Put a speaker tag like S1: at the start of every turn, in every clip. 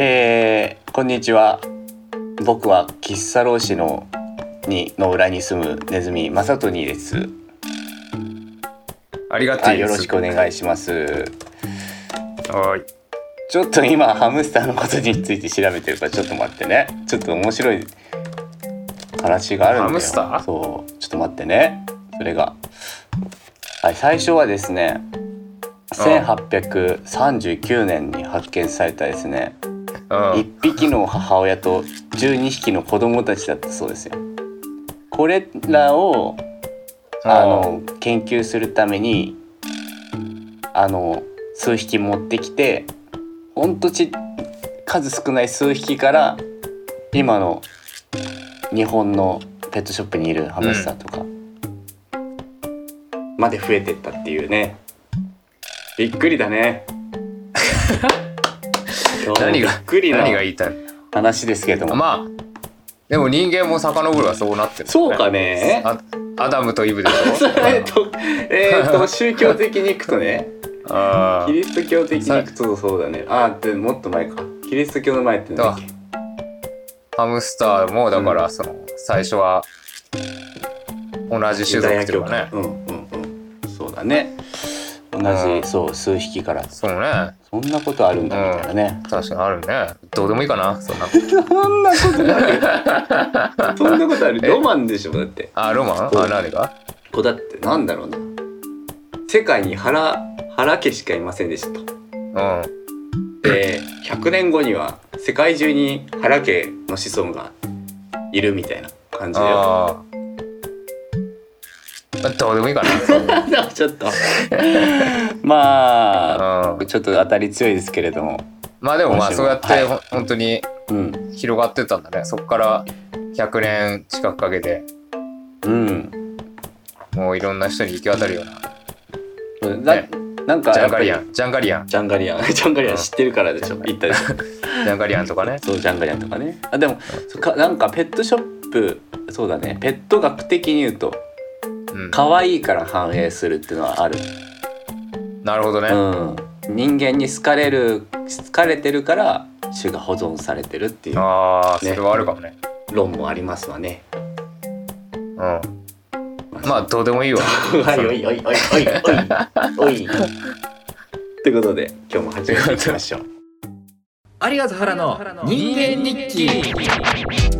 S1: えーこんにちは僕は喫茶老師のにの裏に住むネズミマサトニーです
S2: ありが
S1: あ
S2: たい
S1: よ
S2: です。
S1: ろしくお願いします
S2: はーい。
S1: ちょっと今ハムスターのことについて調べてるからちょっと待ってねちょっと面白い話があるんだよ
S2: ハムスター
S1: そうちょっと待ってねそれがはい最初はですね1839年に発見されたですね
S2: うん。
S1: 1匹の母親と12匹の子供たちだったそうですよ。これらをあの研究するためにあの数匹持ってきてほんとち数少ない数匹から今の日本のペットショップにいるハムスターとかまで増えてったっていうねびっくりだ ね
S2: 何が
S1: びっくりな
S2: 何が言いたい
S1: 話ですけども、
S2: まあでも人間も遡るはそうなってる、
S1: そうかね
S2: あアダムとイブでし
S1: えっと,、えっと宗教的にいくと ね
S2: ょあ
S1: キリスト教的にいくとそうだねあーでもっと前かキリスト教の前ってなんだっけ
S2: あハムスターもだからその最初は同じ種族っていうかね
S1: うんうんうんそうだね同じ、そう数匹から
S2: そうね
S1: そんなことあるんだみたいなね、
S2: 確かにあるねどうでもいいかなそんな
S1: そんなことある そんなことあるロマンでしょだって
S2: あロマン
S1: そう
S2: あ何が
S1: こうだってなんだろうな世界に原原家しかいませんでしたと
S2: うん
S1: で100年後には世界中に原家の子孫がいるみたいな感じだ よ。
S2: あーまあどうでもいいかなそんな
S1: ちょっと まあ
S2: うん
S1: ちょっと当たり強いですけれども、
S2: まあでもまあ
S1: 面
S2: そ
S1: 白
S2: う
S1: い
S2: やってほ本当に
S1: うん
S2: 広がってったんだねそこから100年近くかけて
S1: うん、
S2: もういろんな人に行き渡るような
S1: な
S2: ね
S1: なんか
S2: ジ
S1: や
S2: ャ
S1: っ
S2: ン
S1: ぱ
S2: ガ
S1: り
S2: リアンジャンガリアン
S1: ジャンガリアン ジャンガリアン知ってるからでしょ
S2: うん
S1: 言ったでし ょ
S2: ジャンガリアンとかね
S1: そうジャンガリアンとかねあでもそっかなんかペットショップそうだねペット学的に言うと
S2: うん
S1: 可愛いから反映するっていうのはある、
S2: なるほどね、
S1: うん、人間に好かれる好かれてるから種が保存されてるっていう
S2: ああそれはあるかもね
S1: 論もありますわね。
S2: うんまあどうでもいいわ
S1: あ、おいおいおいおい おいおい。ということで、今日も始めていきましょう。
S2: ありがとう原の人間日記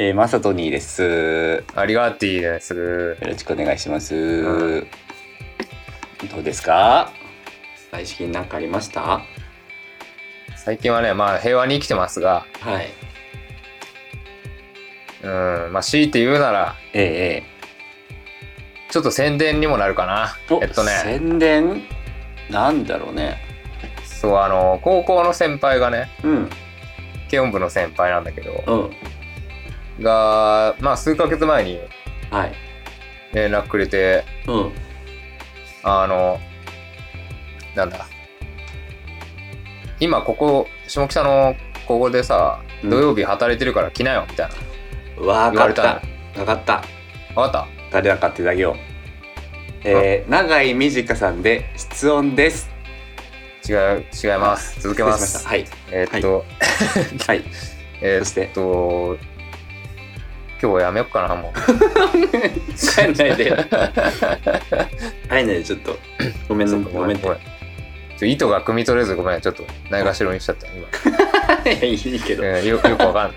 S1: えー、マサトニーです。よ
S2: ありがていです
S1: ろしくお願いします。
S2: う
S1: どうですか。最近なんかありました。
S2: 最近はねまあ平和に生きてますが
S1: はい。
S2: うんまあ強いて言うなら
S1: ええ
S2: ちょっと宣伝にもなるかな
S1: えお
S2: えっとね
S1: 宣伝。なんだろうね。
S2: そうあの高校の先輩がね
S1: うん。
S2: 慶音部の先輩なんだけど
S1: うん。
S2: がまあ数ヶ月前に
S1: はい。
S2: 連絡くれて
S1: うん。
S2: あのなんだ今ここ下北のここでさ
S1: うん
S2: 土曜日働いてるから来なよみたいな
S1: わ
S2: 言
S1: か
S2: われ
S1: った
S2: の
S1: た。わかった。
S2: 分かっ
S1: 誰だかってだけを。えー、永井美智香さんで室温です。
S2: た違う違います続けます
S1: 失礼し
S2: えーっと、
S1: ましたはい。はい。
S2: え
S1: そして
S2: ーっと今日はやめよっかなもう
S1: 帰んないでよ。 帰んないで、ちょっと。ごめん、
S2: そ
S1: ね
S2: っか、
S1: ごめんって。
S2: ちょ意図が汲み取れずごめんちょっとないがしろにしちゃった 今、
S1: いやいいけど。
S2: えーよよくわかんない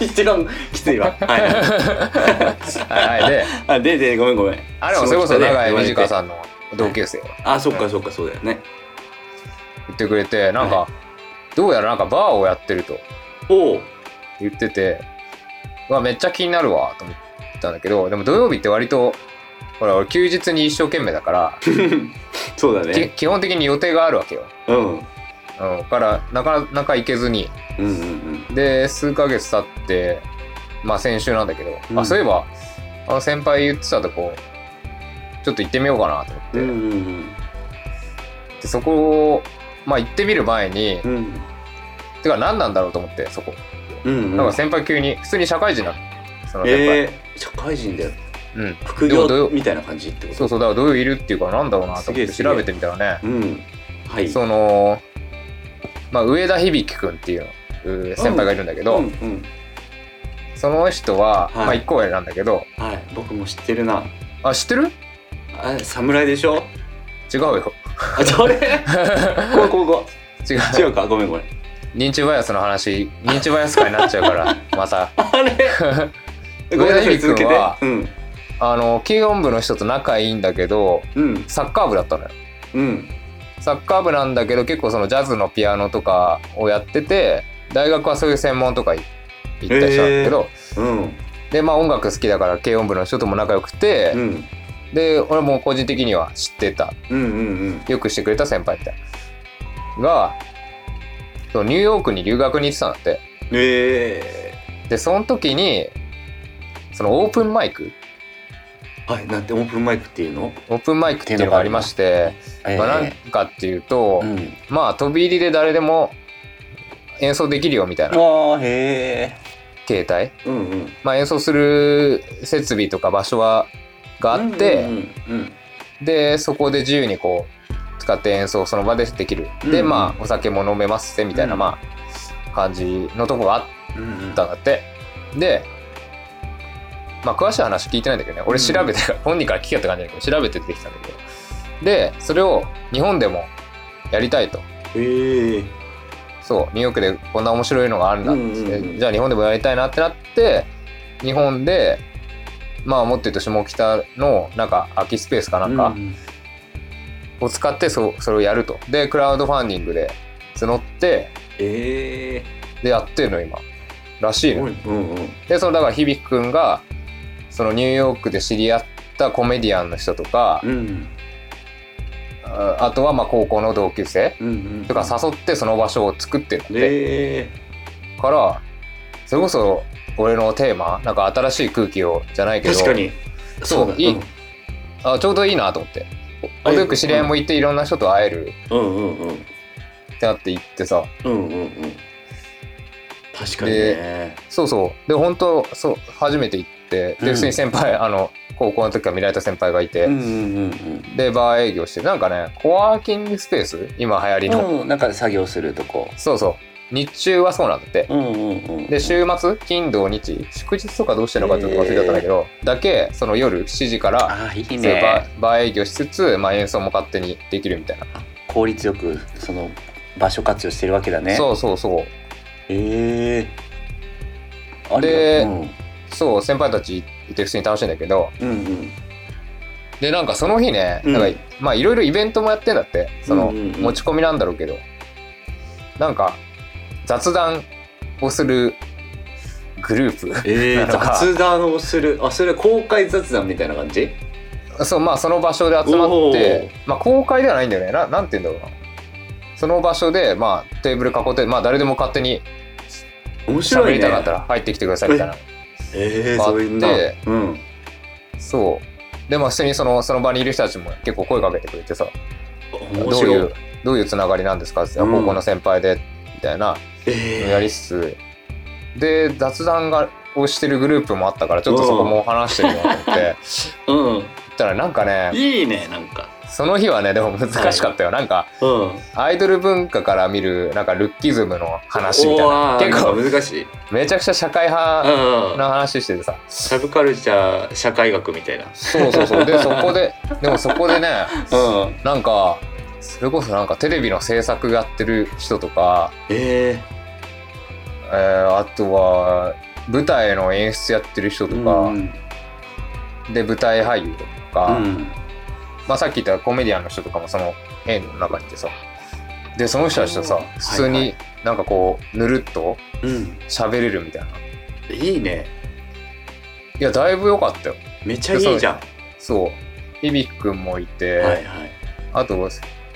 S1: 一番きつい わ。はい。
S2: はい、はい、で
S1: あ、で、で、ごめん、ごめん。
S2: あれもそれこそ永井美智香
S1: ん。
S2: さんの同級生が
S1: あ、そっか、そっか、そうだよね。
S2: 言ってくれてなんか、
S1: は
S2: どうやらなんかバーをやってると
S1: おお。
S2: 言っててうわめっちゃ気になるわと思ったんだけどでも土曜日って割とほら俺休日に一生懸命だから、
S1: そうだ
S2: き
S1: ね。
S2: 基本的に予定があるわけよ、
S1: うん。うん、
S2: うん、からなかなか行けずに
S1: うん、うん。
S2: で数ヶ月経ってまあ先週なんだけど、
S1: うん
S2: あそういえばあの先輩言ってたとこちょっと行ってみようかなと思って、
S1: うん、うん、
S2: でそこをまあ行ってみる前に、
S1: うん。うん
S2: てか何なんだろうと思ってそこ
S1: うん、うん。
S2: なんか先輩急に普通に社会人なそのやっ
S1: えー、社会人だよ
S2: ぱり、うん
S1: 副
S2: でも土
S1: 業
S2: 曜
S1: みたいな感じってこと
S2: そうそうだからどういういるっていうかなんだろうなと
S1: す
S2: 思
S1: げ
S2: っ
S1: え
S2: て
S1: すげえ
S2: 調べてみたらね
S1: うんはい
S2: その、まあ、上田響くんっていうう先輩がいるんだけど、
S1: うんうん
S2: その人は、
S1: はい
S2: まあ、一個上なんだけど
S1: はい僕も知ってるな
S2: あ知ってる
S1: あ侍でしょ
S2: 違うよ
S1: あそれ こうこうこ
S2: 違う
S1: う違うかごめんごめん
S2: 認知バイアスの話認知バイアス化になっちゃうからまた
S1: あれごめんなさい続けてうん
S2: あの軽音部の人と仲いいんだけど
S1: うん
S2: サッカー部だったのよ
S1: うん
S2: サッカー部なんだけど結構そのジャズのピアノとかをやってて大学はそういう専門とか行行ったりしたんだけど、
S1: うん
S2: でまあ音楽好きだから軽音部の人とも仲良くて、
S1: うん
S2: で俺も個人的には知ってた
S1: うんうん
S2: よくしてくれた先輩みたいながそうニューヨークに留学に行ってたんだって
S1: うんえ
S2: でその時にそのオープンマイク
S1: ー、はいなんてオープンマイクっていうの
S2: オープンマイクっていうのがありまして、
S1: え
S2: まあ、なんかっていうと、
S1: うん
S2: まあ飛び入りで誰でも演奏できるよみたいな
S1: ああへえ
S2: 携帯、
S1: うんうん
S2: まあ、演奏する設備とか場所はがあって、
S1: うんうん
S2: でそこで自由にこう使って演奏その場でできる、
S1: うん
S2: で
S1: うん
S2: まあお酒も飲めますぜみたいな、
S1: うん
S2: まあ感じのとこがあっ
S1: うんうん
S2: たんだってでまあ詳しい話聞いてないんだけどね俺調べて、本人から聞けって感じだけど調べて出てきたんだけどでそれを日本でもやりたいと
S1: へえ
S2: そうニューヨークでこんな面白いのがあるんだって、
S1: うんうんうん
S2: じゃあ日本でもやりたいなってなって日本でまあもっと言うと下北のなんか空きスペースかなんか、
S1: うん
S2: を使ってそそれをやるとでクラウドファンディングで募って
S1: ええ
S2: でやってるの今らしいの、
S1: うんうん
S2: でそのだから響くんがそのニューヨークで知り合ったコメディアンの人とか、
S1: うん
S2: ああとはまあ高校の同級生
S1: うんうん
S2: とか誘ってその場所を作ってるんだって、
S1: ええ
S2: からそれこそ俺のテーマなんか新しい空気をじゃないけど
S1: 確かに
S2: そう
S1: だ
S2: いいあちょうどいいなと思って程よく知り合いもいていろんな人と会える
S1: うんうんうん
S2: ってなって行ってさ、
S1: うんうんうん確かにね
S2: そうそうで本当そう初めて行って
S1: うん
S2: で普通に先輩、あの高校の時から見られた先輩がいて、
S1: うんうんうんうん
S2: でバー営業してなんかねコワーキングスペース今流行りの、
S1: うん、なんか作業するとこ。
S2: そうそう日中はそうなんだって、
S1: うんうんうん。
S2: で週末金土日祝日とかどうしてるのかちょっと忘れちゃったんだけど、だけその夜7時から
S1: ああ、いい
S2: そういうバ
S1: ね。
S2: ーバー営業しつつ、まあ、演奏も勝手にできるみたいな、
S1: 効率よく、その場所活用してるわけだね。。
S2: そううそうそう
S1: ええあ
S2: で
S1: れ、うん、
S2: そう先輩たちいて普通に楽しいんだけど
S1: うんうん。
S2: でなんかその日ね、
S1: うん
S2: なんかまあいろいろイベントもやってんだってその、
S1: うんうんうん
S2: 持ち込みなんだろうけどなんか雑談をするグルー
S1: ええ
S2: なんか
S1: 雑談をする。あ、それ公開雑談みたいな感じ
S2: プ そうまあその場所で集まって、まあ、公開ではないんだよねななんて言うんだろうなその場所で、まあ、テーブル囲って、まあ、誰でも勝手に
S1: 面白
S2: 喋
S1: い
S2: り
S1: ね。
S2: たかったら入ってきてくださいみたいな、
S1: ええ
S2: 回って
S1: そういうな。うん。
S2: そうでまあ普通にそのその場にいる人たちも結構声かけてくれてさ
S1: 面
S2: どうい
S1: 白
S2: う
S1: い。
S2: どういうつながりなんですかって言ったら、
S1: うん
S2: 高校の先輩でみたいな
S1: え
S2: や
S1: え
S2: りつつで雑談がをしてるグループもあったからちょっとそこも話してみようと思 って
S1: う
S2: 言ったらなんか
S1: ん。
S2: ね
S1: いいね、なんか。
S2: その日はねでも難しかったよなんか
S1: うん。
S2: アイドル文化から見るなんかルッキズムの話みたいな
S1: おー
S2: 結
S1: な
S2: 構
S1: んか難しい。
S2: めちゃくちゃ社会
S1: う
S2: 派
S1: んうん。
S2: な話しててさ
S1: サブカルチャー社会学みたいな。
S2: そうそうそうでそこででもそこでね
S1: うん。
S2: なんかそれこそなんかテレビの制作やってる人とか、
S1: ええ
S2: えーあとは舞台の演出やってる人とか、
S1: うん
S2: で舞台俳優とか、
S1: うん
S2: まあ、さっき言ったコメディアンの人とかもその映の中にいてさでその人たちとさ
S1: はいはい
S2: 普通になんかこうぬるっと
S1: うん、
S2: 喋れるみたいない
S1: いね
S2: やだいぶ良かったよ
S1: めちゃいいじゃん、
S2: そういびきくんもいて、
S1: はいはい
S2: あと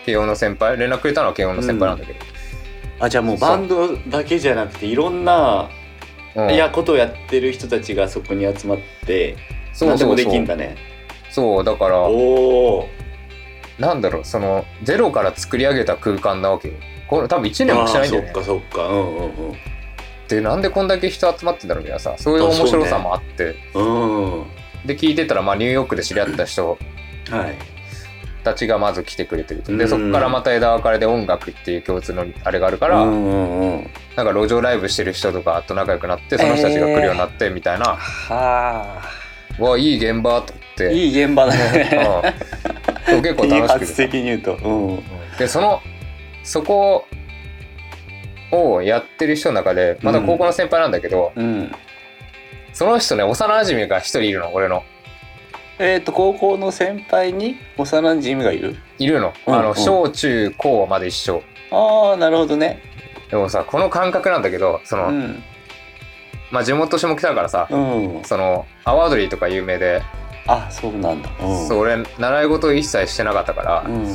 S2: 慶応の先輩連絡くれたのは慶応の先輩なんだけど、
S1: あじゃあもう
S2: そう
S1: バンドだけじゃなくていろんな、
S2: うん
S1: いやことをやってる人たちがそこに集まって
S2: そ
S1: 何
S2: う
S1: で
S2: そ
S1: も
S2: う
S1: で
S2: そ
S1: きん
S2: う
S1: だね
S2: そうだから
S1: おお
S2: なんだろうそのゼロから作り上げた空間なわけよこれ多分1年もしてないんだよね
S1: そっかそっかうんうんうん
S2: ってなんでこんだけ人集まってんだろうみたいなさそういう面白さもあって、
S1: うん。は
S2: で聞いてたら、まあ、ニューヨークで知り合った人
S1: い。
S2: たちがまず来てくれてると
S1: う
S2: で
S1: ん
S2: そこからまた枝分かれで音楽っていう共通のあれがあるから、
S1: うんうんうん。
S2: なんか路上ライブしてる人とかと仲良くなってその人たちが来るようになってみたいな、
S1: は
S2: わあいい現場と思って
S1: あ。いい現場だ ね。
S2: うん、結構楽しく
S1: 発
S2: て
S1: 的に言うと。うん。
S2: でそのそこをやってる人の中でまだ高校の先輩なんだけど、
S1: うん。
S2: その人ね幼馴染が一人いるの俺の
S1: えっ、と高校の先輩に幼馴染がいる。
S2: いるの,、
S1: うん
S2: あ
S1: う
S2: の
S1: ん
S2: 小中高まで一緒
S1: ああなるほどね。
S2: でもさこの感覚なんだけどそうの、
S1: ん。
S2: まあ地元下北からさ、
S1: うん。
S2: その阿波踊りとか有名で、
S1: あそうなんだ。うん。
S2: そう俺習い事を一切してなかったから、
S1: うん。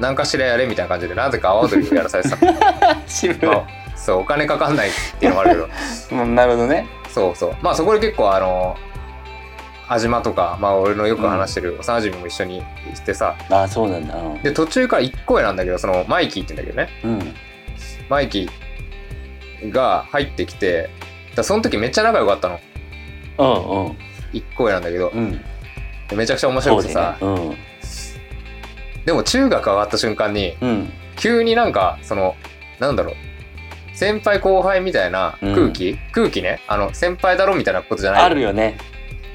S2: 何かしらやれみたいな感じでなぜか阿波踊りをやらされてた、
S1: 渋い。
S2: まあ、そうお金かかんないっていうのもあるけど
S1: うんなるほどね。
S2: そうそうまあそこで結構あの安島とか、まあ、俺のよく話してる幼馴染も一緒にしてさ
S1: あそうなんだ。うん
S2: で途中から1個上なんだけどそのマイキーって言うんだけどね
S1: うん。
S2: マイキーが入ってきてだその時めっちゃ仲良かったの
S1: うんうん
S2: 1個上なんだけど
S1: うん。
S2: めちゃくちゃ面白くてさ、
S1: 当時ね
S2: でも中学上がった瞬間に
S1: うんうん
S2: 急になんかそのなんだろう先輩後輩みたいな空気、空気ねあの先輩だろみたいなことじゃない
S1: あるよね。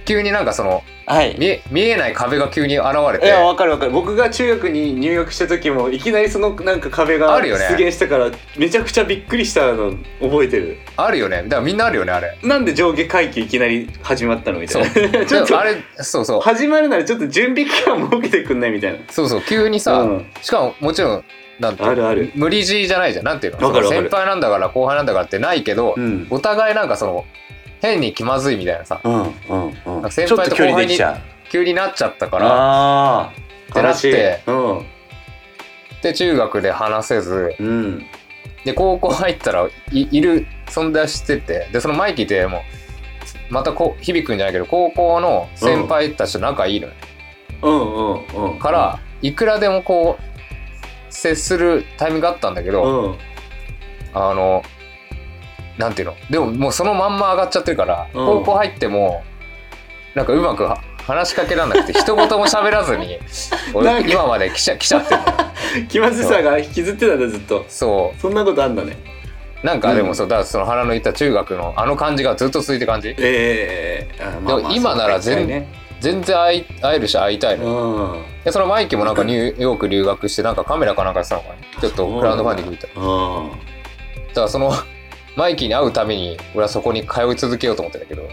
S2: 急になんかその
S1: はい。
S2: 見え見えない壁が急に現れ
S1: い
S2: て
S1: やわかるわかる僕が中学に入学した時もいきなりそのなんか壁が
S2: あるよね
S1: 出現したから、めちゃくちゃびっくりしたの覚えてる
S2: あるよねだからみんなあるよねあれ
S1: なんで上下階級いきなり始まったのみた
S2: そう
S1: いな ちょっ
S2: でも
S1: と
S2: あれそうそう
S1: 始まるならちょっと準備期間設けてくんないみたいな
S2: そうそう急にさ、
S1: うん
S2: しかももちろんなんていうの
S1: あるある
S2: 無理強いじゃないじゃんなんていうの
S1: わかる
S2: その
S1: わかる
S2: 先輩なんだから後輩なんだからってないけど、
S1: うん
S2: お互いなんかその変に気まずいみたいなさ
S1: うんうんうん
S2: 先輩と
S1: ちょっと距離できちゃう
S2: 急になっちゃったから
S1: あ
S2: っ
S1: あ
S2: てなって
S1: うん
S2: で中学で話せず
S1: うん
S2: で高校入ったらいいる存在しててでそのマイキーってもうまたこう響くんじゃないけど高校の先輩たちと仲いいのよ、
S1: うんうんうん
S2: からいくらでもこう接するタイミングがあったんだけ
S1: う
S2: ど、
S1: んうん
S2: あのなんていうのでももうそのまんま上がっちゃってるから、
S1: うん
S2: 高校入ってもなんかうまくは話しかけらんなく て一言も喋らずに
S1: な
S2: 俺
S1: んか
S2: 今まで来ちゃ来ちゃって るのよ
S1: 気まずさが引きずってたんだずっと
S2: そ
S1: そんなことあんだね
S2: うなんかでもそう、だからその原の言った中学のあの感じがずっと続いてる感じ
S1: ええあまあまあ
S2: でも今なら全
S1: そうね
S2: 全然会い会えるし会いたいのよ
S1: うん
S2: でそのマイキーもなんかニューヨーク留学してなんかカメラかなんかしたのかなちょっとクラウドファンディングみたいな
S1: うん
S2: だからそのマイキーに会うために俺はそこに通い続けようと思ってんだけど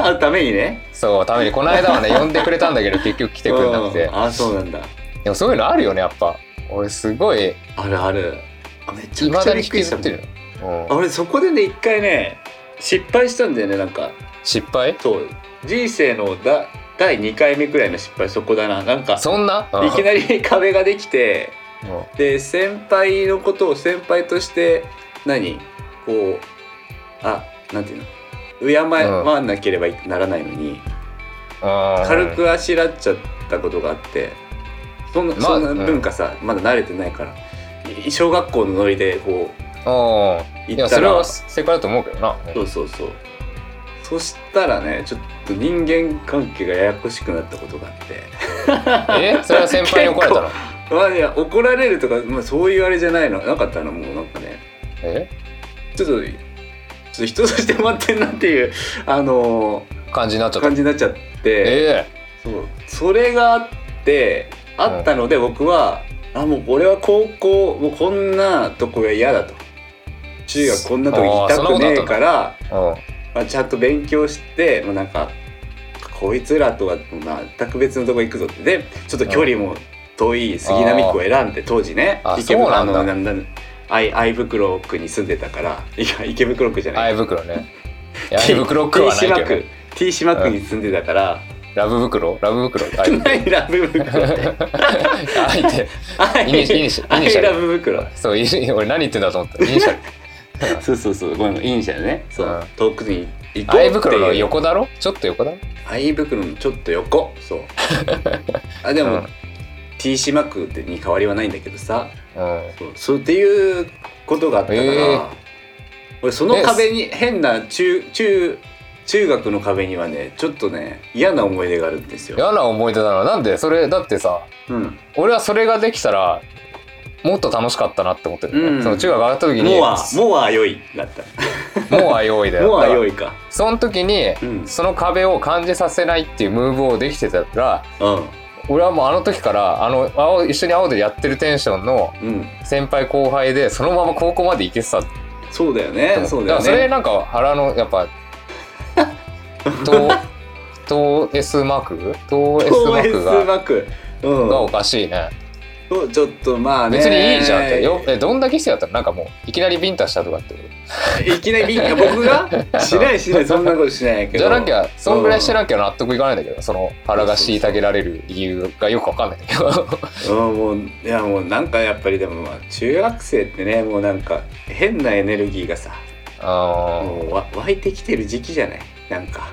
S1: 会うためにね
S2: そうためにこの間はね呼んでくれたんだけど結局来てくれなくて
S1: うんあそうなんだ
S2: でもそういうのあるよねやっぱ俺すごい
S1: あるあるあめち
S2: い
S1: ゃく
S2: ま
S1: ち
S2: だ
S1: ゃびっ
S2: に引
S1: く
S2: き
S1: りし
S2: ず
S1: た
S2: ってるの、
S1: あ
S2: うん、
S1: 俺そこでね一回ね失敗したんだよねなんか
S2: 失敗
S1: そう人生のだ第2回目くらいの失敗そこだななんか
S2: そんな、うん
S1: いきなり壁ができて
S2: うん
S1: で先輩のことを先輩として何こうあなんていうの敬わなければならないのに、軽くあしらっちゃったことがあってそんな,、
S2: まあ
S1: そんな文化さ、まだ慣れてないからい小学校のノリでこう
S2: うんい
S1: 行
S2: や
S1: った
S2: それ
S1: ら
S2: は
S1: そ
S2: 正解だと思うけどな
S1: うそうそうそしたらねちょっと人間関係がややこしくなったことがあって
S2: えそれは先輩に怒られたの
S1: ま あいや怒られるとか、まあ、そういうあれじゃないのなかったのもうなんかね
S2: え
S1: ちょっとちょっと人として待ってんなっていうあの
S2: 感じになっちゃ
S1: ー
S2: った
S1: 感じになっちゃって
S2: え
S1: そうそれがあってあったので僕は、あもう俺は高校もうこんなとこが嫌だと中学こんなとこ行きたくねえから、
S2: えうん
S1: まあ、ちゃんと勉強して、まあ、なんかこいつらとは全く別のとこ行くぞってでちょっと距離も遠い杉並区を選んで当時ね
S2: あ
S1: 池袋
S2: そうなんだ
S1: あのなんだ愛愛袋区に住んでたからいや池袋区じゃない
S2: 愛袋ねいや愛袋くは ないけどね
S1: T 島区 T 島区に住んでたから、
S2: ラブ袋 ラブ袋愛
S1: 何ラブ袋って
S2: 愛ってイニシイニシイ
S1: ア
S2: ニシャ
S1: イ
S2: ル
S1: ラブ袋
S2: そう、い俺何言ってんだと思った。イニシャル。
S1: そうそうそうごめんイニシャルねそう、
S2: うん
S1: 遠くに行こうってい
S2: 愛
S1: う
S2: 袋の横だろちょっと横だろ
S1: 愛袋のちょっと横 そうあでも、
S2: うん
S1: T 島区ってに変わりはないんだけどさ
S2: うん。
S1: そうそうっていうことがあったから、
S2: えー
S1: 俺その壁に変な中中中学の壁にはねちょっとね嫌な思い出があるんですよ。
S2: 嫌な思い出だななんでそれだってさ
S1: うん、
S2: 俺はそれができたらもっと楽しかったなって思ってるんだよね、
S1: うん
S2: その中学上がった時に
S1: もうはもうは良いだった。
S2: もうは用意だよ
S1: もうは良
S2: い
S1: いか。
S2: その時に、
S1: うん
S2: その壁を感じさせないっていうムーブをできてたら
S1: う
S2: 俺はもうあの時からあの青一緒に青でやってるテンションの
S1: んうん
S2: 先輩後輩でそのまま高校まで行けてたって
S1: そうだよ
S2: 思
S1: ね
S2: う
S1: そうだよ
S2: からそれ
S1: ね。
S2: なんか原のや っぱ東東 S マーク東 S マークが
S1: マクう
S2: が
S1: ん
S2: おかしいね
S1: そうちょっとまあね
S2: 別にいいじゃんってよえどんだけしてやったらなんかもういきなりビンタしたとかって
S1: いきなり僕が しないしないそんなことしないけ
S2: じ
S1: ど
S2: ゃなきゃそんぐらいしてなきゃ納得いかないんだけどその原が虐げられる理由がよくわかんないんだけど
S1: うんもういやもうなんかやっぱりでもまあ中学生ってねもうなんか変なエネルギーがさ
S2: あー
S1: もうわ湧いてきてる時期じゃないなんか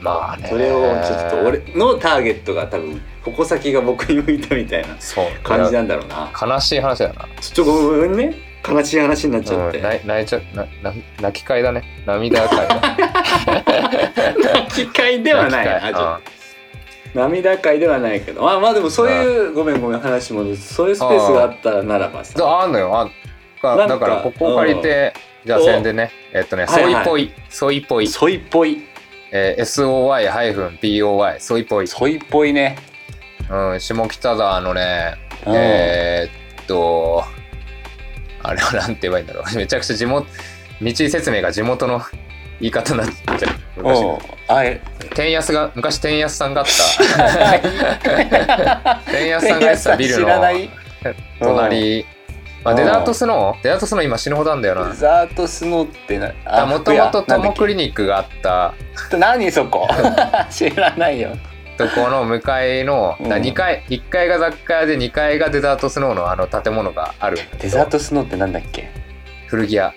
S2: まあね
S1: それをちょっと俺のターゲットが多分矛先が僕に向いたみたいな
S2: そう
S1: 感じ
S2: い
S1: なんだろうな
S2: や悲しい話だよな
S1: ちょっとごめんね悲しい話になっちゃっ
S2: うん泣
S1: て
S2: い泣いちゃなな泣き会だね涙会だ
S1: 機会 ではない
S2: 泣
S1: あ
S2: き
S1: ちょっと
S2: 会
S1: 涙会ではないけどまあまあでもそういうごめんごめん話戻すそういうスペースがあったならば
S2: うん
S1: さ
S2: ああんのよあ
S1: な
S2: あ
S1: んか
S2: だからここを借りてじゃあ
S1: そう
S2: 宣伝ねえっとね
S1: は
S2: ソ
S1: い
S2: イ
S1: はい
S2: ポイソイポイ
S1: ソイっぽい
S2: えー SOI-POI ソイポイ
S1: ソイっぽいね
S2: うん下北沢のね
S1: うん
S2: えーっと、あれはなんて言えばいいんだろう。 めちゃくちゃ地元、道説明が地元の言い方になっちゃう。
S1: お
S2: 昔
S1: うあえ
S2: 天安が、昔天安さんが あった。天安さんがやってたビル
S1: 知
S2: の
S1: らない
S2: 隣。まあ、
S1: うん
S2: デザートスノーデザートスノー今死ぬほどなんだよ
S1: デ
S2: な。
S1: ザートスノーってなあ
S2: もともと
S1: な
S2: ト
S1: んだ
S2: モ
S1: っけ
S2: クリニックがあった
S1: 何そこ 知らないよ
S2: とこの向かいの、
S1: うん
S2: だ2階1階が雑貨屋で2階がデザートスノーのあの建物がある
S1: デザートスノーってなんだっけ
S2: 古着屋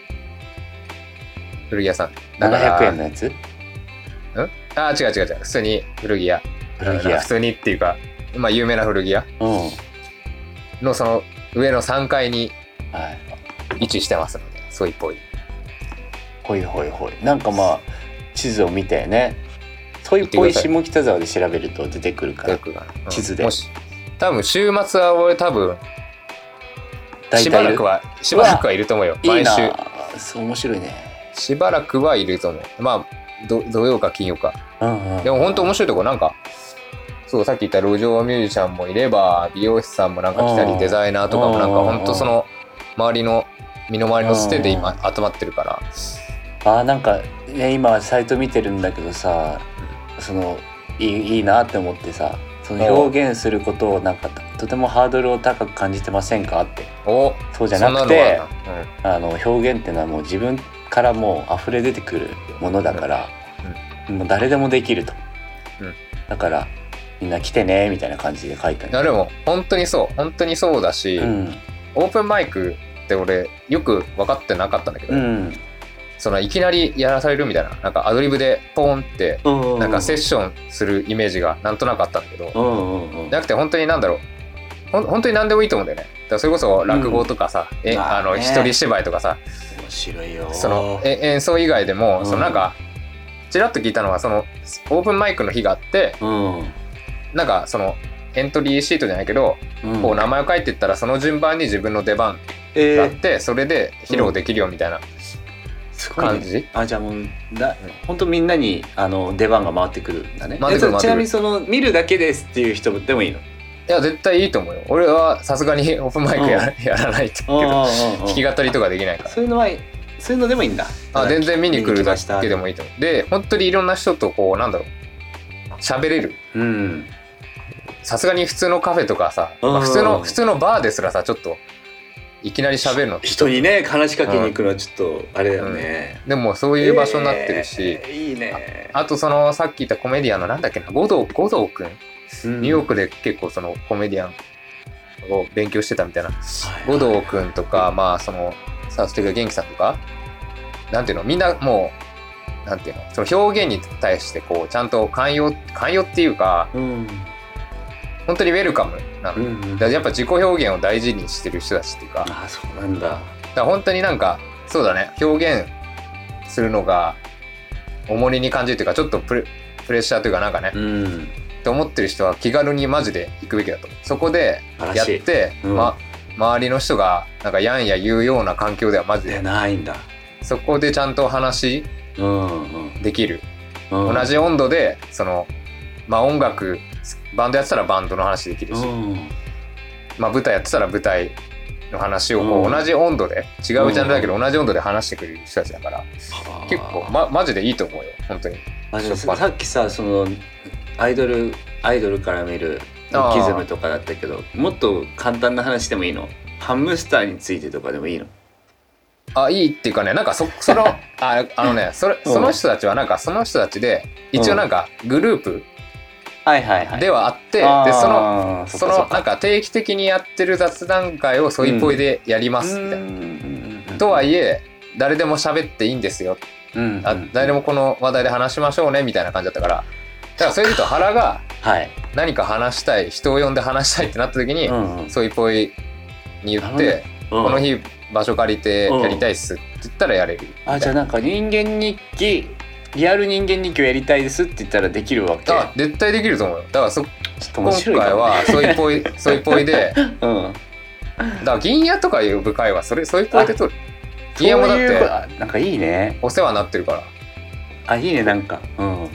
S2: 古着屋さんだから
S1: 700円のやつ
S2: あー違う違う違う普通に古着屋
S1: 古着屋
S2: 普通にっていうかまあ有名な古着屋
S1: うん
S2: のその上の3階に
S1: はい
S2: 位置してますのでそういっぽい
S1: ほいほいほいなんかまあ地図を見てねソイっぽい下北沢で調べると出てくるから
S2: が、うん
S1: 地図で
S2: もし多分週末は俺多分
S1: 大
S2: しば
S1: 体い
S2: ら
S1: る
S2: くはしばらくはいると思うよ
S1: いい
S2: 毎
S1: な
S2: 週
S1: そう面白いね
S2: しばらくはいると思うまあど土曜か金曜か
S1: うんうん
S2: でも本当面白いとこなんかそうさっき言った路上ミュージシャンもいれば美容師さんもなんか来た
S1: う
S2: り
S1: ん
S2: デザイナーとかもなんか
S1: うん
S2: 本当その周りの身の回りのステで今集まってるから
S1: あーなんか、ね、今サイト見てるんだけどさそのいいいいなって思ってさその表現することをなんかとてもハードルを高く感じてませんかって
S2: お
S1: そうじゃなく
S2: そん
S1: て
S2: なのはな
S1: あの表現ってのはもう自分からもう溢れ出てくるものだから、もう誰でもできると、
S2: うん
S1: だからみんな来てねみたいな感じで書いた
S2: うんいや
S1: ね
S2: でも本当にそう本当にそうだし、
S1: うん
S2: オープンマイクって俺よく分かってなかったんだけど、
S1: うん
S2: そのいきなりやらされるみたいななんかアドリブでポンって
S1: うん
S2: なんかセッションするイメージがなんとなくあったんだけど、
S1: うんうんうん
S2: じゃなくて本当になんだろうほん本当に何でもいいと思うんだよねだからそれこそ落語とかさ、え
S1: まあ
S2: あの
S1: ね
S2: 一人芝居とかさ
S1: 面白いよ
S2: そのえ演奏以外でも、
S1: うん
S2: そのなんかちらっと聞いたのはそのオープンマイクの日があって
S1: うん、
S2: なんかそのエントリーシートじゃないけど、
S1: うん、
S2: こう名前を書いてったらその順番に自分の出番
S1: え
S2: があっ
S1: ー
S2: て、それで披露できるよみたいな
S1: すごいね
S2: 感じ、
S1: あじゃあもうだ本当みんなにあの出番が回ってくるんだね。
S2: 回ってくる
S1: え
S2: 回ってくる
S1: ちなみにその見るだけですっていう人でもいいの。
S2: いや絶対いいと思うよ俺はさす がにオープンマイクやら,、やらないけど、弾き
S1: が
S2: 語りとかできないから
S1: そういうのはそういうのでもいいんだ。
S2: あ全然見に来るだけで
S1: も。
S2: もいいと思う。で、本当にいろんな人とこう、なんだろう、喋れる。
S1: うん。
S2: さすがに普通のカフェとかさ、
S1: うん
S2: まあ普通の、普通のバーですらさ、ちょっと、いきなり喋るの。
S1: 人にね話しかけに行くのはちょっとあれだよね。
S2: でも、そ
S1: そ
S2: ういう場所になってるし、
S1: いいね。
S2: あとその、さっき言ったコメディアンの、なんだっけな、五道、五道くん。
S1: うん
S2: ニューヨークで結構その、コメディアンを勉強してたみたいな。
S1: はい
S2: 五道くんとか、まあ、その、さ、ステが元気さんとか、なんていうの、みんなもう、なんていうの、その表現に対して、こう、ちゃんと寛容、寛容っていうか、
S1: うん。
S2: 本当にウェルカムな
S1: う
S2: の。
S1: んうん
S2: だからやっぱ自己表現を大事にしてる人たちっていうか、だか
S1: あそうなんだ。
S2: ら本当になんか、そうだね、表現するのが重荷に感じるというかちょっとプレプレッシャーというかなんかね、
S1: うん
S2: って思ってる人は気軽にマジで行くべきだとそこでやっ
S1: 素晴
S2: て、
S1: うん
S2: ま、周りの人がなんかやんや言うような環境ではマジ
S1: で
S2: で
S1: ないんだ
S2: そこでちゃんと話
S1: うんうん、
S2: できる、
S1: うん、
S2: 同じ温度でそのまあ音楽バンドやってたらバンドの話できるし、
S1: うん
S2: まあ、舞台やってたら舞台の話をこ
S1: う
S2: うん同じ温度で、違うジャンルだけど同じ温度で話してくれる人たちだから結構、ま、マジでいいと思うよ本当に
S1: あでもさ
S2: まあ
S1: さっきさそのアイドルアイドルから見るルキズムとかだったけどもっと簡単な話でもいいのハムスターについてとかでもいいの
S2: あいいっていうかねなんかそそのああのねそれ
S1: うん
S2: その人たちはなんかその人たちで一応なんかグループ
S1: はいはいは
S2: ではあって、でその
S1: あー
S2: そ
S1: っかっ
S2: の
S1: か
S2: なんか定期的にやってる雑談会をソイポイでやりますみたいな、とはいえ誰でも喋っていいんですよ、
S1: うん
S2: あ
S1: うん
S2: 誰でもこの話題で話しましょうねみたいな感じだったからだからそれで言うと原が
S1: はい、
S2: 何か話したい人を呼んで話したいってなった時に、
S1: んうん
S2: ソイポイに言
S1: なる
S2: っ
S1: ほど
S2: て、この
S1: うん
S2: 日場所借りてやりたいっすって言ったらやれる、
S1: あじゃあなんか人間日記リアル人間日記をやりたいですって言ったらできるわけちょ
S2: あ絶対できると思うよだからそ
S1: っと
S2: 今
S1: 面白い
S2: 回はソイポイソイポイで
S1: 回は、うん、
S2: だから銀屋とかいう部会はそれソイポイで取る銀屋もだ
S1: そう
S2: っ
S1: いう
S2: て
S1: あなんかいいね
S2: お世話になってるから
S1: あいいねなんかうん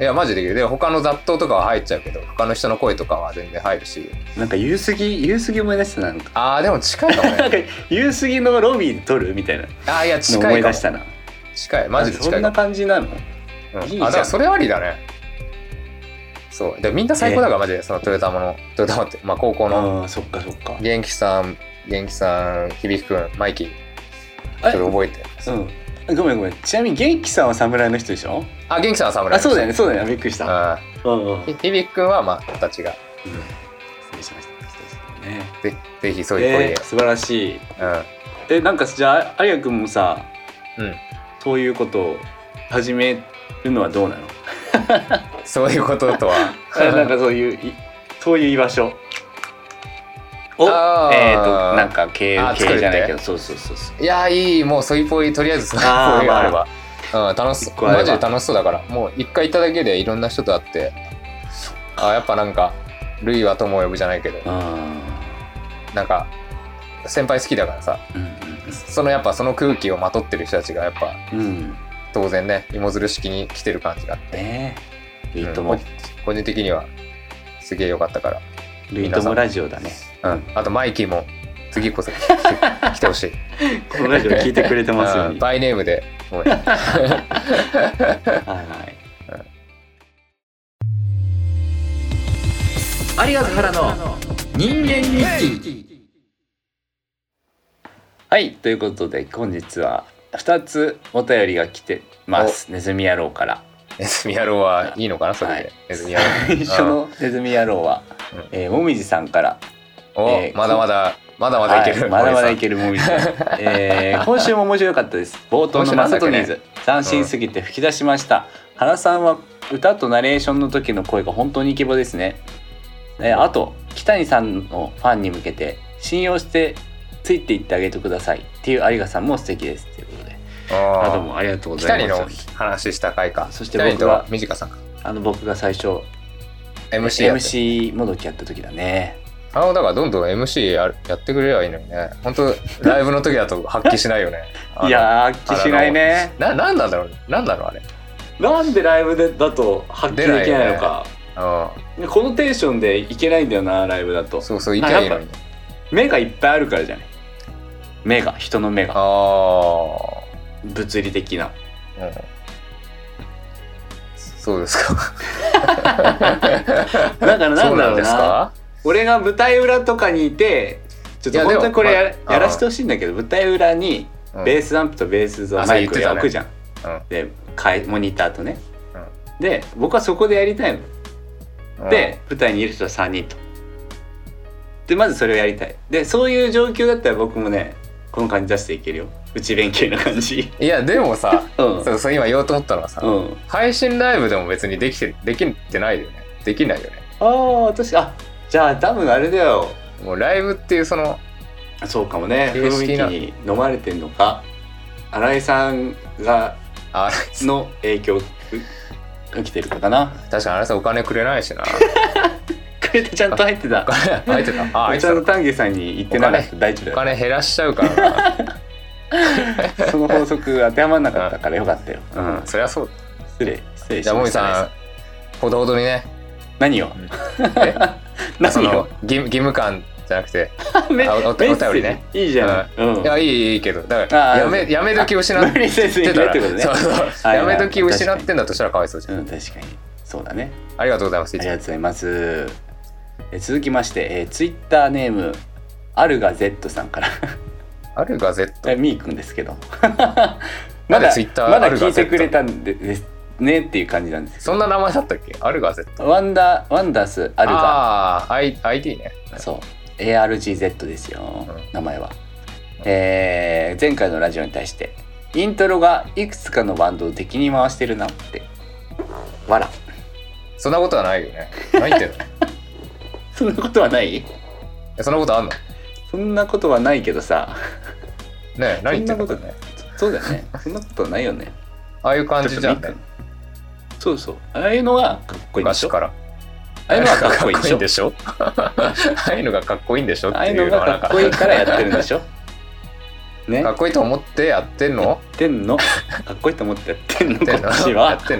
S2: いやマジでできるで他の雑踏とかは入っちゃうけど他の人の声とかは全然入るし
S1: なんか言うすぎ言うすぎ思い出したななんか
S2: あーでも近いかも
S1: な
S2: ね
S1: んか言うすぎのロビーで撮るみたいな
S2: あーいや
S1: の
S2: 近
S1: 思
S2: い
S1: い
S2: か
S1: 出
S2: も
S1: したな
S2: 近いマジで近
S1: そ
S2: い
S1: んな
S2: かも、
S1: 感じなの
S2: うん、あ
S1: いいじゃん
S2: だからそれありだねそうでみんな最高だからマジでそのトヨタものトヨタもって、まあ、高校の
S1: あーそっかそっか
S2: 元気さん元気さん響くんマイキー
S1: あ
S2: それ覚えて
S1: うんごめんごめんちなみに元気さんは侍の人でしょ
S2: あ元気さんは侍
S1: あそうだよねそうだよねびっくりしたうんうん
S2: うんひ響くんはまあ二十歳が
S1: 失礼しました失礼しましたね
S2: ぜぜひそういう声
S1: え
S2: で
S1: ー、素晴らしいえなんかじゃあ有也君もさ
S2: うん、うん、
S1: そういうことを始めるのはどうなの
S2: そういうこととは
S1: え なんかそういういそういう居場所を
S2: あー
S1: えっ、となんか経営
S2: あー
S1: 経営じゃないけ
S2: 作る
S1: どそうそうそうそう
S2: いやーいいもうそういうぽいとりあえずそういうぽい
S1: あーまあ
S2: あれば、うん、楽し
S1: 一
S2: そう
S1: 個あれば
S2: マジで楽しそうだからもう一回行っただけでいろんな人と会ってあやっぱなんかルイは友を呼ぶじゃないけど
S1: あ
S2: なんか先輩好きだからさ
S1: ー
S2: そのやっぱその空気をまとってる人たちがやっぱ
S1: うんうんうんうん
S2: 当然ね芋づる式に来てる感じがあって
S1: ねえ
S2: う
S1: いい
S2: ん
S1: と
S2: 個
S1: も
S2: 人個人的にはすげえ良かったか
S1: ルイともラジオだね
S2: ら、うん、あとマイキーも次こそ来て来てほ しい
S1: このラジオ聞いてくれてますよう
S2: うん
S1: には
S2: バイネームでもう
S1: いはい
S3: 有賀原の人間日記
S1: はいということで本日は2つお便りが来てますネズミ野郎 から
S2: ネズミ野郎はいいのかなそれで、
S1: はい
S2: ネ ズミ野郎
S1: 最初のネズミ野郎は
S2: うん、
S1: えー、もみじさんから
S2: お、
S1: えー
S2: まだ まだまだまだいけ
S1: は
S2: る、
S1: まだまだ
S2: 森
S1: いけるもみじさ ん、えー、今週も面白かったです冒頭のマサトニーズ、斬新すぎて吹き出しました、原さんは歌とナレーションの時の声が本当にイケボですね、えーあと北谷さんのファンに向けて信用してついていってあげてくださいっていう有賀さんも素敵ですということで
S2: さんあー
S1: あどうもありがとうご
S2: 北
S1: ざ
S2: に
S1: いま
S2: の
S1: す
S2: 話した回か
S1: そして
S2: 北に
S1: 僕
S2: と
S1: は
S2: はみじかさんか
S1: あの僕が最初
S2: MC やって
S1: MC もどきやった時だね
S2: あのだからどんどん MC やるやってくれればいいのにね本当ライブの時だと発揮しないよねあの
S1: いやー発揮しないね
S2: ななんなんだろうなんだろうあれ
S1: なんでライブでだと発揮できないのか
S2: う
S1: でこのテンションでいけないんだよなライブだと
S2: んそうそういけないいのに
S1: 目がいっぱいあるからじゃない目が人の目
S2: あ
S1: が
S2: あ
S1: 物理的な
S2: ー、うん、そうで すか
S1: だからな
S2: そ
S1: んだ
S2: うなん
S1: ろう
S2: です
S1: な
S2: か
S1: 俺が舞台裏とかにいてちょっ
S2: い
S1: と
S2: やで
S1: 本
S2: も
S1: 当にこれや,、
S2: まあ
S1: やらせてほしいんだけど舞台裏に
S2: うん
S1: ベースアンプとベースと
S2: あ
S1: マイク
S2: そう
S1: を
S2: 言ってたね
S1: 置くじゃん、
S2: うん
S1: でかいモニターとね、
S2: うん
S1: で僕はそこでやりたいの
S2: うん
S1: で、舞台にいる人は3人とでまずそれをやりたいでそういう状況だったら僕もねこの感じ出していけるよ内弁慶な感じ
S2: いやでもさ
S1: うん
S2: そうそう今言おうと思ったのはさ、
S1: うん
S2: 配信ライブでも別にできてできてないよねできないよね
S1: ああ私あじゃあ多分あれだよ
S2: もうライブっていうその
S1: そうかもね雰
S2: 形
S1: 囲気
S2: 式な
S1: に飲まれてんのか新井さんが
S2: あ
S1: の影響を受けてるかな。
S2: 確かにあれさんお金くれない しな
S1: これでちゃんと入ってた。
S2: 入ってたああい
S1: ち
S2: つ
S1: ゃん
S2: ら
S1: と丹下さんに言ってなかった大丈
S2: お
S1: 夫だ
S2: 金減らしちゃうから
S1: よ。その法則当てはまんなかったからよかったよ。う
S2: な、
S1: ん
S2: うん、そり ゃそう
S1: 失礼失礼
S2: じ
S1: し
S2: ゃあも
S1: ま
S2: み
S1: したね、
S2: さんほどほどにね
S1: 何を
S2: えそ
S1: 何
S2: の
S1: を
S2: 義務義務感じゃなくて
S1: め
S2: あおお便りね
S1: メッセージいいじゃん、うん
S2: いやいいいいけどだか
S1: ああ
S2: らやめやめ時失 っ
S1: 無理せずに
S2: て
S1: ね
S2: た
S1: ってこと
S2: ら
S1: ね
S2: そうそう
S1: はい
S2: やめ時失ってんだとしたらかわいそうじゃん
S1: うん確かにそうだね
S2: ありがとうございま
S1: あ
S2: すい
S1: り
S2: つ
S1: がと
S2: も
S1: うございますえー続きまして、えー、ツイッターネームアルガ Z さんから
S2: あるガゼット
S1: えみーくんですけど
S2: な
S1: ま
S2: んで
S1: だ
S2: ツイッター
S1: まだ
S2: アルガ
S1: 聞い
S2: Z
S1: てくれたんでですねっていう感じなんです
S2: そんな名前だったっけあるガゼット
S1: ワンダーワンダースアルガ
S2: ああ I- ID ね
S1: そう ARGZ ですよ、
S2: うん
S1: 名前は、えー前回のラジオに対してイントロがいくつかのバンドを敵に回してるなってわら
S2: そんなことはないよねないってんの
S1: そんなことはない
S2: えそんなことあんの
S1: そんなことはないけどさ
S2: ねえないってんの
S1: そんなこと
S2: ね
S1: そうだよねそんなことはないよね
S2: ああいう感じじゃん
S1: ちょっ
S2: ね
S1: とそうそうああいうのがかっこいいでし
S2: 昔
S1: ょ
S2: から
S1: ああいうのがかっこいい
S2: か
S1: でしょ
S2: でしょあ あいうのがかっこいいんでしょ って
S1: ああいう
S2: い
S1: の
S2: うの
S1: が
S2: は
S1: か
S2: なん
S1: っ
S2: か
S1: こいいからやってるんでしょね
S2: かっこいいと思ってやってんの
S1: やってんのかっこいいと思ってやってんのこ
S2: やってんの
S1: っち
S2: や
S1: は
S2: ってん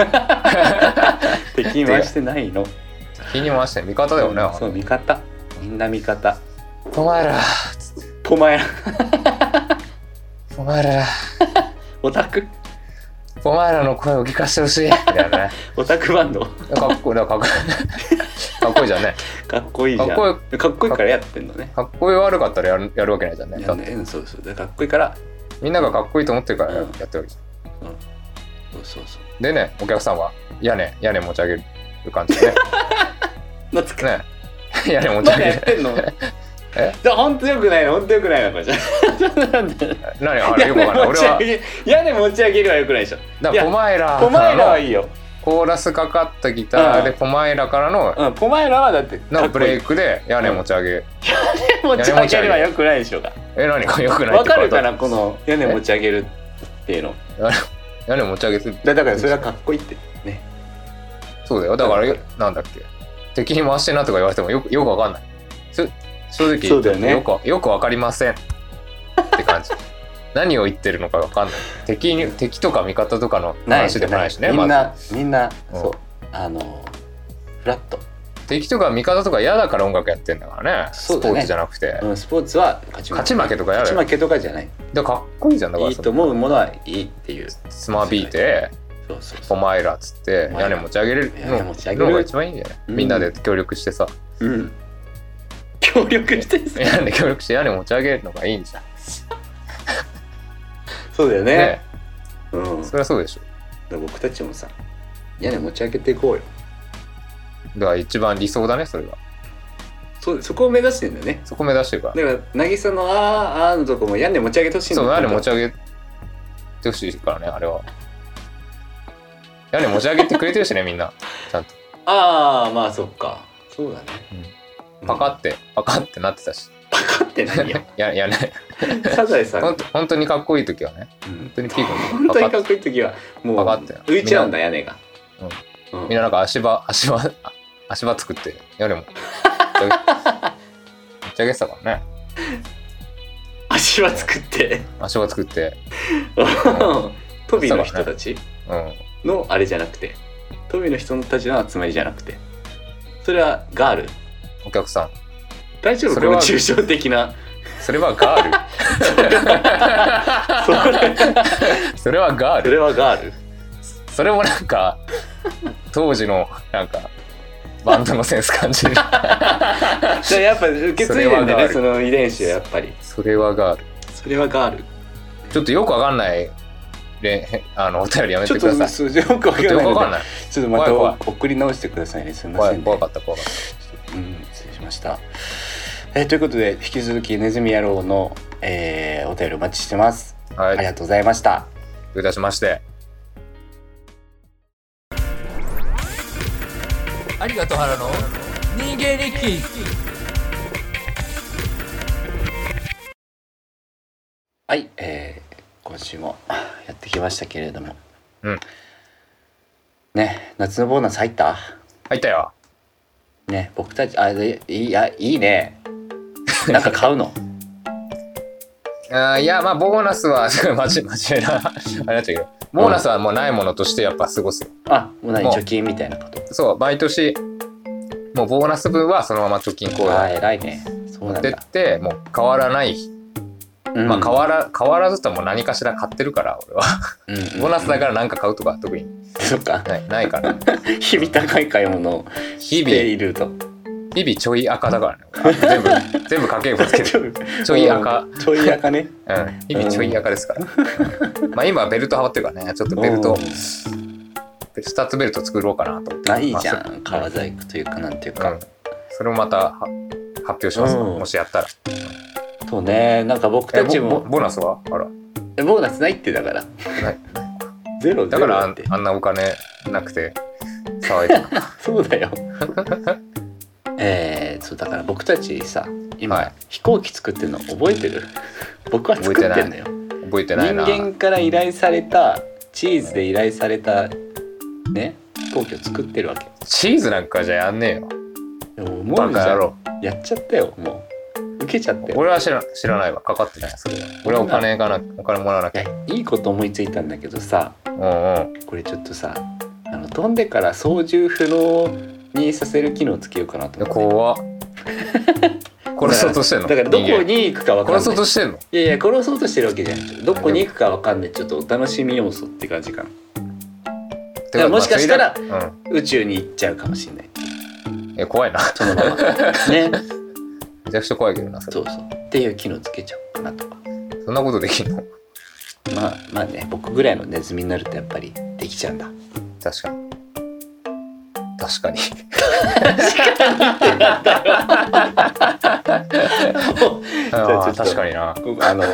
S2: の
S1: 敵に回してないの
S2: 気に回して味方だよね
S1: そう味方みんな味方
S2: お前ら
S1: お前ら
S2: お前ら
S1: オタク
S2: お前らの声を聞かせてほしいみたいなね
S1: オタクバンド
S2: かっこいいだからかっこいい かっこいいじゃんね
S1: かっこいいじゃん
S2: かっこ
S1: かっこいいからやってんのね
S2: かっこいい悪かったらやるやるわけないじゃんね
S1: い
S2: だ
S1: や
S2: って
S1: ねうんそうそうだからかっこいいから
S2: みんながかっこいいと思ってるからや
S1: うん
S2: ってるわけじゃ
S1: そうそうそうん
S2: でねお客さんは屋根屋根持ち上げる感じで ね
S1: 懐かしいまだやっ
S2: ね屋根持ち上げる
S1: てんの
S2: え
S1: じゃあほんとよくないのほんとよくないのこれじゃあなんで
S2: 何あ
S1: 屋
S2: れよくわかんない
S1: 根持
S2: 俺
S1: ち上
S2: は
S1: げ屋根持ち上げるはよくないでしょ
S2: だ
S1: い
S2: から
S1: や
S2: ポマエラ
S1: ポマエラはい
S2: の
S1: いよ
S2: コーラスかかったギターで
S1: うん
S2: ポマエラからの
S1: うんポマエラはだって
S2: のブレイ
S1: ク
S2: クで屋根持ち上げ
S1: 持ち上げるはよくないでしょうか
S2: え何かよくない
S1: わ
S2: ってこ
S1: か
S2: と
S1: るかなこの屋根持ち上げるっていうの
S2: 屋根持ち上げする
S1: だだからそれはかっこいいってね
S2: そうだよ。だから、よなんだっけ。敵に回してんなとか言われてもよくよくわかんない。そ正直
S1: そうだよね
S2: よく、よくわかりません。って感じ。 何を言ってるのかわかんない。敵に敵とか味方とかの話でもないしね。
S1: みん
S2: ま
S1: なみんな
S2: うん
S1: そうあのフラット
S2: ず敵とか味方とか嫌だから音楽やってんだからね。
S1: そ
S2: ス
S1: うだ
S2: ポ
S1: ね
S2: ーツじゃなくて。
S1: うんスポーツは勝ち負け
S2: 勝ち負けとかやる
S1: 勝ち負けとかじゃない
S2: でかっこいいじゃんだから
S1: いいと思うものはいいっていう
S2: そのつまびいて
S1: そうそう
S2: 「お
S1: そ
S2: 前ら」っつって
S1: お前
S2: 屋
S1: ら
S2: 根持ち上げれる
S1: 屋根持ち上げる
S2: のが一番いいんじゃない、
S1: うん
S2: みんなで協力し てさ
S1: ううん協力してさ
S2: 屋根協力して屋根持ち上げるのがいいんじゃん
S1: そうだよね
S2: ね
S1: うん
S2: そりゃそうでしょ
S1: 僕たちもさ屋根持ち上げていこうよ
S2: だから一番理想だねそれが
S1: そうそこを目指してんだよね
S2: そこ目指してるから
S1: だから渚の「あーあー」のとこも屋根持ち上げてほしいんだ
S2: そう
S1: よ
S2: 屋根持ち上げてほしいからねあれは屋根持ち上げてくれてるしねみんなちゃんと
S1: ああまあそっかそうだね、
S2: パカってパカってなってたし
S1: パカって何 よ
S2: や屋根
S1: サザエさん
S2: ほんと本当にかっこいい時はね
S1: うん
S2: 本当にピーク
S1: 本
S2: の
S1: 当
S2: 時
S1: に
S2: パカ
S1: か
S2: っ
S1: っこいい時はもう
S2: パカって
S1: 浮いちゃうんだ屋根がう
S2: みんななんか足場足場あ足場作って屋根も持ち上げてたからね
S1: 足場作って
S2: 足場作って
S1: トビの人たち
S2: うん
S1: のあれじゃなくてトビの人たちの集まりじゃなくてそれはガール
S2: お客さん
S1: 大丈夫
S2: そ
S1: こ
S2: れ
S1: の
S2: は
S1: 抽象的な
S2: それはガー
S1: それ
S2: ルそれはガー
S1: そ
S2: ル
S1: れはガール
S2: それもなんか当時のなんかバンドのセンス感じる
S1: じゃあやっぱ受け継いでんだ
S2: それはガー
S1: ね
S2: ル
S1: その遺伝子はやっぱり
S2: それはガール
S1: それはガール
S2: ちょっとよくわか んないれあのお便りやめ
S1: ち
S2: て
S1: ょっ
S2: くだ
S1: と
S2: さい
S1: 数字よくわかん
S2: ちょっとよくわ
S1: なん
S2: か
S1: い
S2: ない
S1: ちょっとまた
S2: 怖い
S1: 送り直してくださいねすみま
S2: 怖
S1: せ
S2: い
S1: ん
S2: 怖かった怖かった
S1: うん、失礼しました。えーということで引き続きネズミ野郎の、えーお便りお待ちしてます。
S2: はい
S1: ありがとうございました。
S2: どういたしましてありがとう原の
S3: 人間日記
S1: はい、えー今週もやってきましたけれども、
S2: うん
S1: ね夏のボーナス入った
S2: 入ったよ。
S1: ね僕たちあでいいあいいねなんか買うの
S2: あーいや、まあ、ボーナスは、 すごい真面目な、あれになっちゃうけど、ボーナスはもうないものとしてやっぱ過ごすよ。
S1: あもう何
S2: もう
S1: 貯金みたいなこと
S2: そう、毎年、もうボーナス分はそのまま貯金口
S1: あー
S2: 座に
S1: 偉いねそう
S2: 持
S1: な
S2: っ
S1: ん
S2: てっ
S1: だ、
S2: て、もう変わらない、
S1: うん
S2: まあ変わら、変わらずとも何かしら買ってるから、俺は。
S1: うんうん
S2: ボーナスだから何か買うとか特に
S1: そっか
S2: ないないから。
S1: 日々高い買い物を
S2: 日
S1: して
S2: 々、
S1: いると
S2: 日々ちょい赤だからね。俺は全部、全部家計簿つけてる。ちょい赤
S1: うんちょい赤ね
S2: うん、日々ちょい赤ですから。 まあ今はベルトハマってるからね、ちょっと ベルト、
S1: うん
S2: スタッツベルト作ろうかなと思って。
S1: あいいじゃ
S2: まあ
S1: ん革細工というかなんていう
S2: そ
S1: か、
S2: うんそれもまたは発表します、
S1: うん
S2: もしやったら。
S1: そうねなんか僕
S2: え
S1: たち
S2: ボボ
S1: も
S2: ボーナスはあら。
S1: えボーナスないってだから
S2: ない
S1: ゼロ
S2: だからあ
S1: ゼロ
S2: ん
S1: って
S2: あんなお金なくて騒いでる。
S1: そうだ よえー、そうだから僕たちさ今、
S2: はい
S1: 飛行機作ってるの覚えてる僕は作ってんのよ
S2: 覚えて
S1: 人
S2: ないな。
S1: 間から依頼されたチーズで依頼されたね飛行機を作ってるわけ
S2: チーズなんかじゃやんねえよ。
S1: でも思
S2: バ
S1: うじゃ
S2: カ野
S1: ん
S2: 郎。
S1: やっちゃったよもう受けちゃったよ
S2: 俺は知ら知らないわ。かかってない。それは俺はお金がな、お金もらわなき
S1: い
S2: ゃ。
S1: やいいこと思いついたんだけどさ
S2: うんうん。
S1: これちょっとさあの飛んでから操縦不能にさせる機能つけようかなと思って
S2: 怖っ。殺そうとしてんの
S1: だからど
S2: 人
S1: こ
S2: 間
S1: に行くか分かんない
S2: 殺そうとしてんの
S1: いやいや殺そうとしてるわけじゃないどこに行くか分かんないちょっとお楽しみ要素って感じかな
S2: てか
S1: もしかしたら
S2: まあついでうん
S1: 宇宙に行っちゃうかもしれない
S2: え怖いな
S1: そのままね
S2: めちゃくちゃ怖いけどなそれ
S1: そうそうっていう機能つけちゃおうかなとか
S2: そんなことできんの
S1: まあまあね僕ぐらいのネズミになるとやっぱりできちゃうんだ
S2: 確かに 確かに
S1: ゃあちょ
S2: あ
S1: っ
S2: ー
S1: と
S2: 確かにな
S1: あの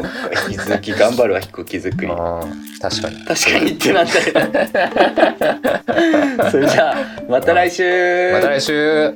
S1: 引き続き頑張るわ飛行機作り
S2: あー確かに
S1: 確かにってなん だよそれじゃあまた来週
S2: また来週